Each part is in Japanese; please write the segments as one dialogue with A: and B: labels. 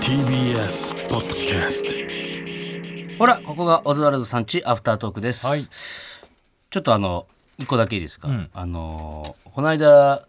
A: TBS ポッドキャスト
B: ほら、ここがオズワルドさんちアフタートークです。
C: はい
B: ちょっとあの、一個だけいいですか。
C: ん
B: あのー、この間、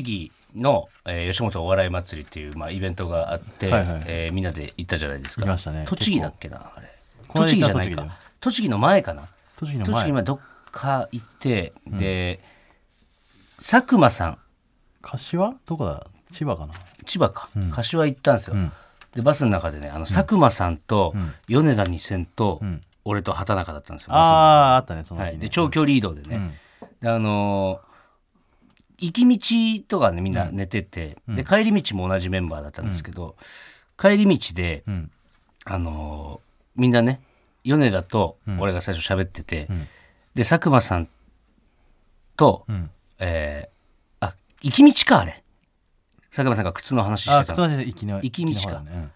B: 栃木の、えー吉本お笑い祭りっていう、まあ、イベントがあって、
C: はいはい
B: えーみんなで行ったじゃないですか。
C: 行きましたね
B: 栃木だっけな、あれ。
C: この間
B: 栃木
C: 行っ
B: じゃ
C: た
B: ない
C: 栃木だよ
B: か。栃木の前かな。
C: 栃木の
B: 栃木
C: 前
B: 今どっか行って、で、佐久間さん、
C: 柏どこだ千葉かな
B: 千葉か、柏行ったんですよ、でバスの中でねあの佐久間さんと米田二千と俺と畑中だったんですよ、
C: ああーあったねその
B: は
C: 時
B: い、
C: ね
B: で長距離移動でね、であのー行き道とかねみんな寝てて、で帰り道も同じメンバーだったんですけど、帰り道で、
C: ん
B: あのーみんなね米田と俺が最初喋ってて、で佐久間さんと、えーあ行き道かあれ佐久間さんが靴の話してた
C: あ
B: の
C: 靴の話で行きの
B: 行き道
C: 行
B: か
C: きの方だね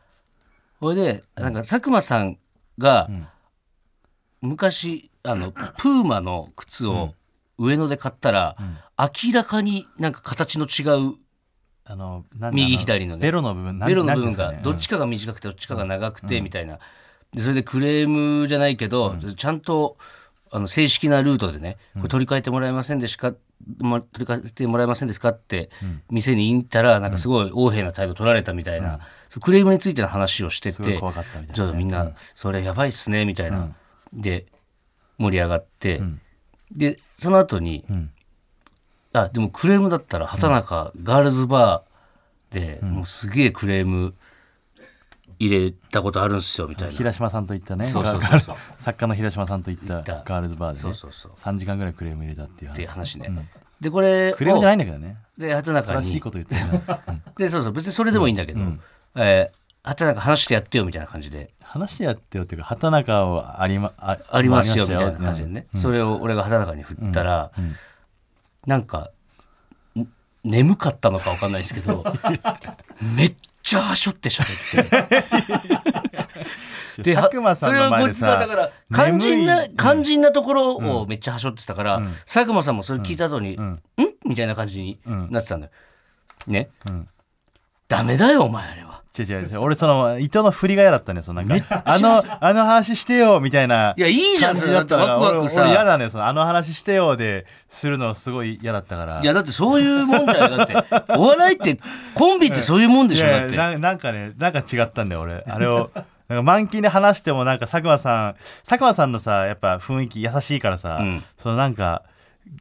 B: それでなんか佐久間さんが昔あのプーマの靴を上野で買ったら明らかになんか形の違う
C: うんあのなん
B: 右
C: あ
B: 左のね
C: ベロの部分なん
B: ベロの部分
C: なんて
B: が
C: いうんですかね
B: どっちかが短くてどっちかが長くてみたいなでそれでクレームじゃないけどちゃんとあの正式なルートでねこれ取り替えてもらえませんでしかま取り替えてもらえませんですかって店に行ったらなんかすごい横柄な態度取られたみたいなそうクレームについての話をして
C: すごい
B: て
C: 怖かったみたい
B: ちょっとみんな、それやばいっすね、みたいな。で、盛り上がって、で、その後に、あ、でもクレームだったら、畑中、ガールズバーで、もうすげえクレーム入れたことあるんすよ、みたい
C: な
B: な。
C: 平島さんと行ったね
B: そうそう
C: ガ
B: そう
C: ー
B: そう
C: ル作家の平島さんと行った
B: た
C: ガールズバーで
B: そうそうそう
C: ね3時間ぐらいクレーム入れたっていう
B: って
C: 話
B: 話ね。で、これを、
C: クレームじゃないんだけどね
B: で、畑中
C: 正しい
B: に、
C: こと言ってるなうん
B: で、そうそう、別にそれでもいいんだけど、えー畑中話してやってよ、みたいな感じで。
C: 話してやってよっていうか畑中をありまあ
B: ありますよ
C: あ
B: み
C: り
B: たい
C: し
B: な感じでね、それを俺が畑中に振ったら、なんかん眠かったのか分かんないですけ どめっちゃはしょって喋って
C: で
B: は
C: 佐久間さんの前で
B: それをこいつがだか
C: さ
B: ら肝心な
C: 眠い
B: 肝心なところをめっちゃはしょってたから、佐久間さんもそれ聞いた後に「んみたいな感じになってたんだよ。ね、ダメだよお前あれは。
C: 違う違う違う俺その糸の振りが嫌だったねそのなんかあのあの話してよみたいない
B: やいいじゃんそれだってワクワクさ
C: 俺俺嫌だねそのあの話してよでするのすごい嫌だったから
B: いやだってそういうもんじゃ ないだってお笑いってコンビってそういうもんでしょ
C: いや
B: だって。
C: ななんかねなんか違ったんだよ俺あれを なんか満勤で話してもなんか佐久間さん佐久間さんのさやっぱ雰囲気優しいからさ、
B: ん
C: そのなんか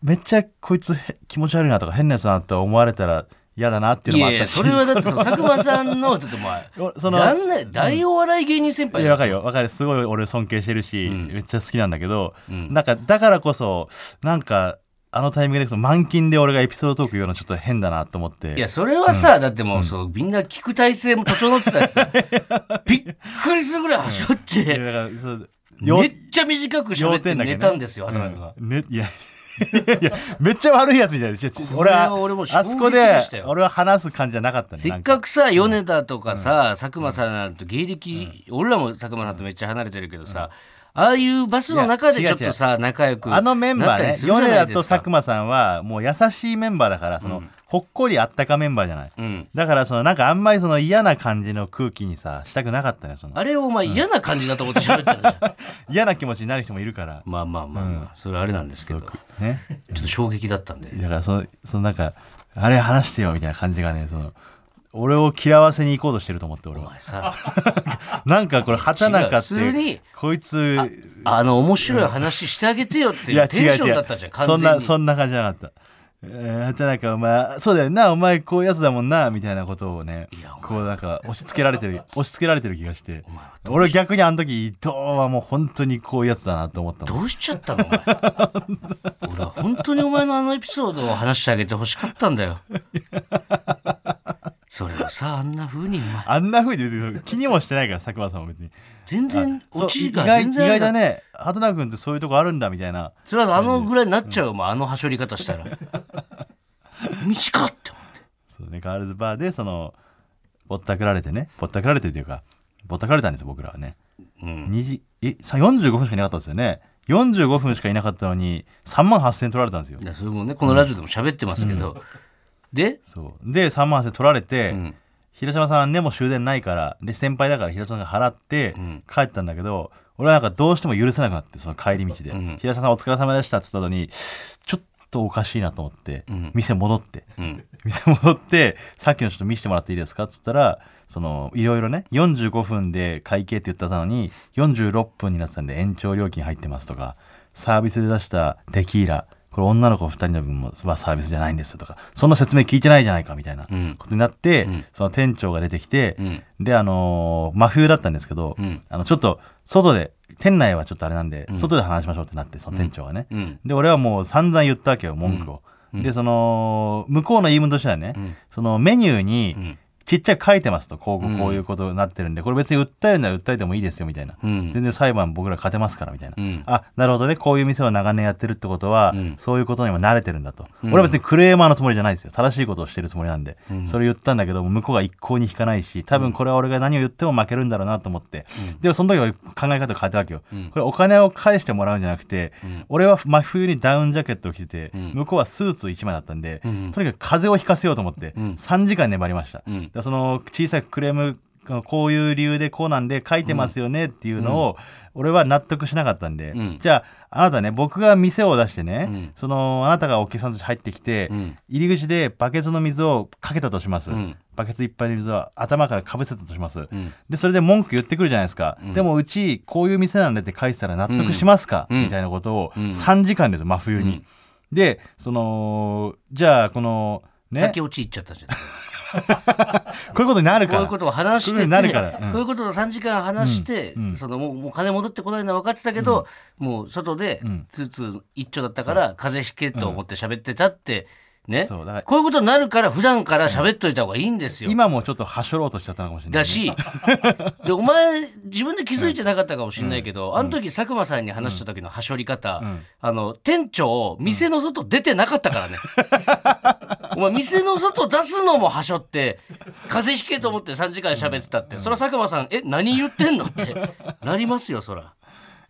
C: めっちゃこいつへ気持ち悪いなとか変なやつだなって思われたら嫌だなっていう
B: い
C: のもあ
B: や
C: った
B: いや、
C: し
B: それはだってその佐久間さんの、ちょっとお前、
C: お その
B: なんな大お笑い芸人先輩
C: いや
B: だよ
C: わかるよわかるすごい俺尊敬してるし、めっちゃ好きなんだけど、
B: ん
C: なんかだからこそなんかあのタイミングでその満勤で俺がエピソードトーク言うのちょっと変だなと思って
B: いや、それはさ、だってもう、そう、みんな聞く体制も整ってた しさ、びっくりするぐらい端折っ
C: いや だ
B: て、
C: からそう
B: めっちゃ短く喋って寝たんですよ、
C: う
B: 頭が。
C: んね、いやいやめっちゃ悪いやつみたいなちょちょ俺は
B: 俺も衝撃
C: あそこ
B: で
C: で
B: したよ
C: 俺は話す感じじゃなかったね
B: せっ
C: なん
B: かくさ米田とかさ、佐久間さんと芸歴、俺らも佐久間さんとめっちゃ離れてるけどさ、ああいうバスの中で
C: い
B: ち
C: や
B: ょっとさ仲良く
C: あのメン
B: なっ
C: バー
B: たり
C: ね
B: するじゃ
C: 米
B: ない
C: 田
B: で
C: と
B: すか
C: 佐久間さんはもう優しいメンバーだからその、ほっこりあったかメンバーじゃない、
B: ん
C: だからそのなんかあんまりその嫌な感じの空気にさしたくなかったねその
B: あれをお前嫌な感じだと思って喋ってるじ ゃん
C: 嫌な気持ちになる人もいるから、
B: まあまあまあ、まあ、それはあれなんですけど
C: ね、
B: ちょっと衝撃だったんで。
C: だからそのそのなんかあれ話してよみたいな感じがねその俺を嫌わせに行こうとしてると思って俺
B: お
C: は
B: 前さ、
C: なんかこれ畑中っ
B: 違う普通に
C: てこいつ
B: あの、面白い話してあげてよって
C: い
B: い
C: や
B: うテ
C: 違う
B: ンショ
C: 違
B: ンだ
C: う
B: ったじゃん、
C: そ
B: 完
C: んな
B: 全
C: そんな感じじゃなかったえー畑中お前そうだよなお前こういうやつだもんなみたいなことをね
B: やお前
C: こうなんか押し付けられてる押し付けられてる気がして俺逆にあの時伊藤はもう本当にこういうやつだなと思った
B: に。
C: もん
B: どうしちゃったのお 前。俺は本当にお前のあのエピソードを話してあげてほしかったん だよ。それをさ、あんな風にお前、
C: あんな風に言うて気にもしてないから佐久間さんも別に
B: 全然、
C: そう
B: 落ち
C: 意
B: が
C: 外意
B: 全然あ
C: 外
B: れだ
C: だね畑中君ってそういうとこあるんだみたいな
B: それはあのぐらいになっちゃうよ、お前あのはしょり方したら。短っって思って。
C: そうね、ガールズバーでそのぼったくられてねぼったくられてというかぼったくられたんですよ僕らはね、2時えさ45分しかいなかったんですよね45分しかいなかったのに3万8000円取られたんですよ
B: いやそれもね、このラジオでも喋ってますけど。で、
C: そうで3万8000円取られて、平島さんねもう終電ないからで先輩だから平島さんが払って
B: ん
C: 帰ったんだけど、俺はなんかどうしても許せなくなってその帰り道で、
B: うん
C: 平島さんお疲れ様でしたっつったのにちょっとおかしいなと思って、
B: うん
C: 店戻って
B: うん
C: 店戻ってさっきのちょっと見せてもらっていいですかっつったらそのいろいろね45分で会計って言ってたのに46分になってたんで延長料金入ってますとかサービスで出したテキーラこれ女の子2人の分もはサービスじゃないんですとかそんな説明聞いてないじゃないかみたいな
B: うん
C: ことになって、
B: ん
C: その店長が出てきて、
B: うん
C: であのー真冬だったんですけど、
B: うん
C: あのちょっと外で店内はちょっとあれなんで、外で話しましょうってなってその店長がね、
B: うん
C: で俺はもう散々言ったわけよ文句を、でその向こうの言い分としてはね、そのメニューに
B: ん
C: ちっちゃく書いてますとこうこういうことになってるんでこれ別に訴えるなら訴えてもいいですよみたいな、
B: うん
C: 全然裁判僕ら勝てますからみたいな、
B: うん
C: あなるほどねこういう店を長年やってるってことは、
B: ん
C: そういうことにも慣れてるんだと、俺は別にクレーマーのつもりじゃないですよ正しいことをしてるつもりなんで、それ言ったんだけど向こうが一向に引かないし多分これは俺が何を言っても負けるんだろうなと思って、でもその時は考え方を変えたわけよ、これお金を返してもらうんじゃなくて、俺は真冬にダウンジャケットを着てて、向こうはスーツ1枚だったんで、とにかく風邪をひかせようと思って、3時間粘りました、
B: ん
C: だからその小さくクレームこういう理由でこうなんで書いてますよねっていうのを俺は納得しなかったんで、
B: ん
C: じゃああなたね僕が店を出してね、そのあなたがお客さんとして入ってきて、
B: ん
C: 入り口でバケツの水をかけたとします、
B: ん
C: バケツいっぱいの水を頭からかぶせたとします、
B: ん
C: でそれで文句言ってくるじゃないですか、でもうちこういう店なんでって返したら納得しますか、
B: うん
C: みたいなことを
B: ん
C: 3時間ですよ真冬に、でそのじゃあこのね
B: 先落ち行っちゃったじゃん。
C: こういうことになるから
B: こういうことを話して
C: こういうこと
B: て、
C: になるからうん
B: こういうことを3時間話して、
C: うんうん
B: そのもうもう金戻ってこないのは分かってたけど、もう外で
C: ん
B: ツーツー一丁だったから風邪ひけと思って喋ってたって、ね
C: そうだから
B: こういうことになるから普段から喋っといた方がいいんですよ。
C: 今もちょっとはしょろうとしちゃったのかもしれないね、
B: だ しでお前自分で気づいてなかったかもしれないけど、あの時佐久間さんに話した時のはしょり方、あの店長店の外出てなかったからね、お前店の外出すのもはしょって風邪ひけと思って3時間喋ってたって、そら佐久間さんえ何言ってんのってなりますよそら。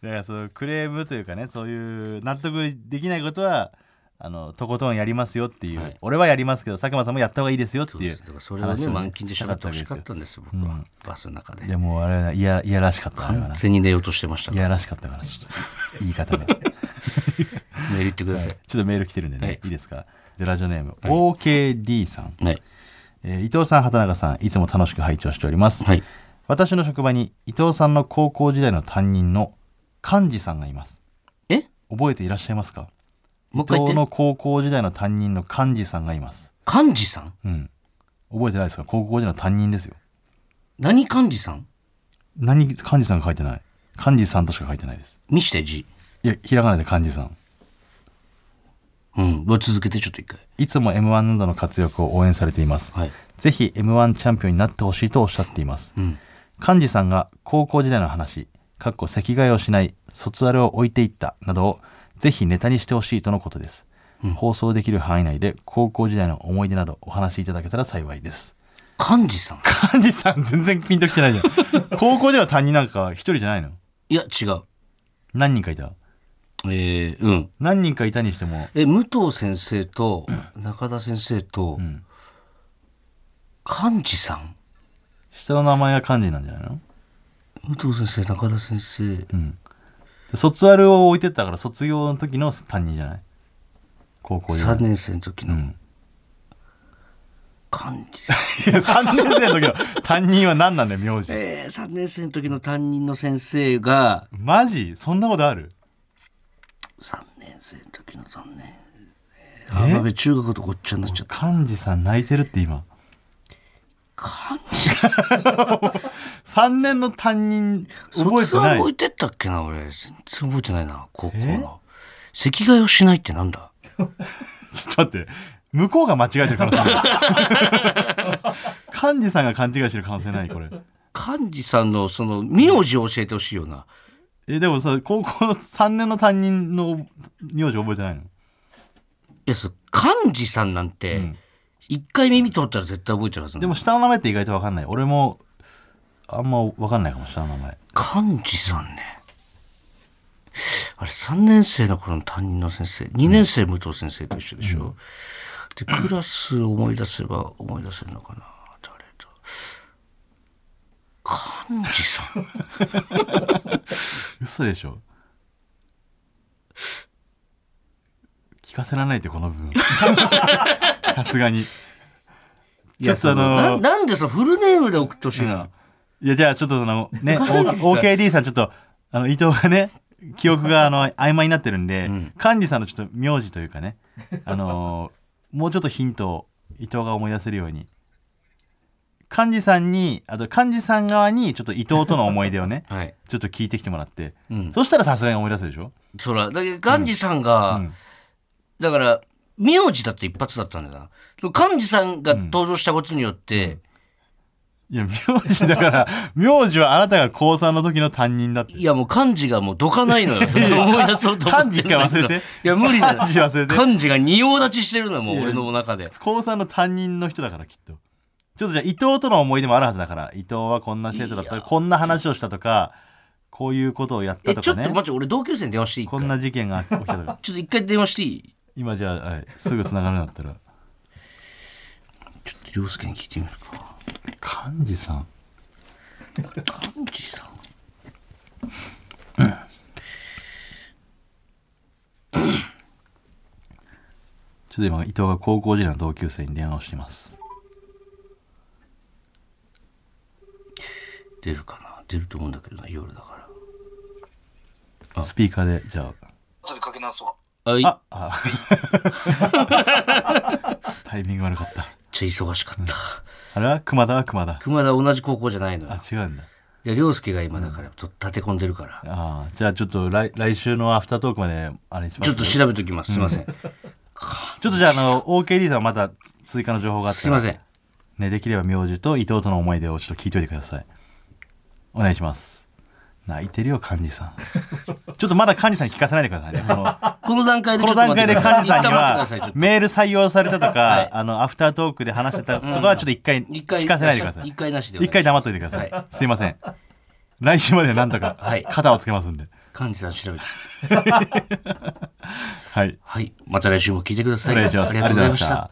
C: だからそのクレームというかねそういう納得できないことはあのとことんやりますよっていう、
B: はい
C: 俺はやりますけど佐久間さんもやった方がいいですよっていう
B: だからそれはね
C: 話を
B: 満勤で喋ってほしかったんですよ僕は、バスの中で
C: でもあれはいやいやらしかったあれはな
B: 銭入れようとしてました
C: い
B: から
C: やらしかったからちょっと言い方がちょ
B: メール言ってください、
C: っとメール来てるんでね、
B: はい
C: い、いですかでラジオネーム、OKD さん、
B: はい
C: えー伊藤さん畑中さんいつも楽しく拝聴しております、
B: はい
C: 私の職場に伊藤さんの高校時代の担任の幹事さんがいます
B: え
C: 覚えていらっしゃいますか
B: もう一
C: 伊
B: 回言
C: 藤
B: って
C: の高校時代の担任の幹事さんがいます。
B: 幹事さん
C: うん。覚えてないですか高校時代の担任ですよ。
B: 何幹事さん
C: 何、幹事さんが書いてない。幹事さんとしか書いてないです。
B: 見して字
C: いや、ひらがなで幹事さん。
B: うん続けてちょっと一回
C: いつも M1 などの活躍を応援されています。
B: はい
C: ぜひ M1 チャンピオンになってほしいとおっしゃっています。
B: うん
C: 幹事さんが高校時代の話、かっこ席替えをしない、卒アルを置いていったなどをぜひネタにしてほしいとのことです。放送できる範囲内で高校時代の思い出などお話しいただけたら幸いです。
B: 幹事さん
C: 幹事さん全然ピンときてないじゃん 高校での担任なんか一人じゃないの
B: いや違う
C: 何人かいた
B: えー、うん
C: 何人かいたにしても
B: え武藤先生と中田先生と、
C: ん
B: 幹事さん
C: 下の名前が漢字なんじゃないの
B: 武藤先生中田先生、
C: で卒アルを置いてったから卒業の時の担任じゃない高校時代
B: 3年生の時の、
C: ん
B: 幹事さん
C: 3 年生の時の担任は何なんだよ名字
B: えー、3年生の時の担任の先生が
C: マジそんなことある
B: 3年生の時の3年あやべえ中学とごっちゃになっちゃった
C: 漢字さん泣いてるって今
B: 幹事さん
C: 3年の担任覚えて
B: 卒
C: な
B: アル置
C: い
B: いてったっけな俺全然覚えてないな高校の席替えをしないってなんだ
C: ちょっと待って向こうが間違えてる可能性ある漢字さんが勘違いしてる可能性ないこれ
B: 幹事さんのその名字を教えてほしいよな
C: えでもさ高校の3年 の担任の名字覚えてないの
B: いやそれ幹事さんなんて
C: ん
B: 一回耳取ったら絶対覚えちゃうはずな
C: で
B: の
C: も下の名前って意外と分かんない俺もあんま分かんないかも下の名前
B: 幹事さんねあれ3年生の頃の担任の先生2年生武藤先生と一緒でしょ、でクラス思い出せば思い出せるのかな誰だ三時さん
C: 嘘でしょ聞かせられないってこの部分 さすがに
B: い
C: ちょ
B: や
C: っとあ
B: な
C: の
B: なんでさフルネームで送ってほしいな、
C: いやじゃあちょっとそのね
B: わかんないですよ
C: O- OKD さんちょっとあの伊藤がね記憶があの曖昧になってるんで、幹事さんのちょっと名字というかねあのーもうちょっとヒントを伊藤が思い出せるように幹事さんにあと幹事さん側にちょっと伊藤との思い出を ね
B: はい
C: ちょっと聞いてきてもらって、
B: うん
C: そしたらさすがに思い出すでしょ
B: そらだけどガンジさんが、
C: うん
B: だから名字だって一発だったんだよな幹事さんが登場したことによって、
C: いや、名字だから、名字はあなたが高3の時の担任だって。
B: いやもう漢字がもうどかない のよ思い出そうと思って
C: 漢字一回忘れて
B: いや無理だよ
C: 漢字忘れて
B: 漢字が仁王立ちしてるのよもう俺の中で
C: 高3の担任の人だから、きっと。ちょっとじゃあ、伊藤との思い出もあるはずだから、伊藤はこんな生徒だった、こんな話をしたとか、こういうことをやった
B: え
C: と
B: ちょ
C: か
B: っと
C: ね
B: 待。って俺同級生に電話していい
C: こ
B: か
C: んな事件が起きたと か。
B: ちょっと一回電話していい
C: 今じゃあ、はいすぐ繋がるんだったら。
B: ちょっと涼介に聞いてみるか
C: 幹事さん。
B: 幹事さん
C: ちょっと今、伊藤が高校時代の同級生に電話をしてます。
B: 出るかな出ると思うんだけどな夜だか
C: スピーカーで、じゃあ。
D: 後でかけ直すわ。
B: らあいっ
C: ああ タイミング悪かった。
B: ちゃ忙しかった
C: あれは熊田は熊田。
B: 熊田同じ高校じゃないのよ
C: あ、違うんだ。
B: いや涼介が今だからと立て込んでるから
C: ああじゃあちょっと来来週のアフタートークまであれにします
B: ちょっと調べときますすいません
C: ちょっとじゃああの OKD さんまたつ追加の情報があったら
B: すいません
C: ね、できれば名字と伊藤との思い出をちょっと聞いといてくださいお願いします泣いてるよ幹事さん ちょっとまだ幹事さんに聞かせないでくださいねこの
B: この段階で
C: こ
B: ちょ
C: の
B: っと
C: 段
B: 待っ
C: 階
B: て
C: で
B: く
C: 幹
B: ださい
C: 事さんには
B: 一旦待ってくださいちょっと
C: メール採用されたとか、
B: はい
C: あのアフタートークで話してたとかはちょっと一回
B: 一回
C: 聞かせないでください
B: 一回なしでお願いしま
C: 一回
B: す
C: 黙っといてください、
B: はい
C: すいません来週までなんとか
B: はい
C: 肩をつけますんで
B: 幹事さん調べて
C: はい
B: はいまた来週も聞いてください
C: お願いします
B: ありがとうございました。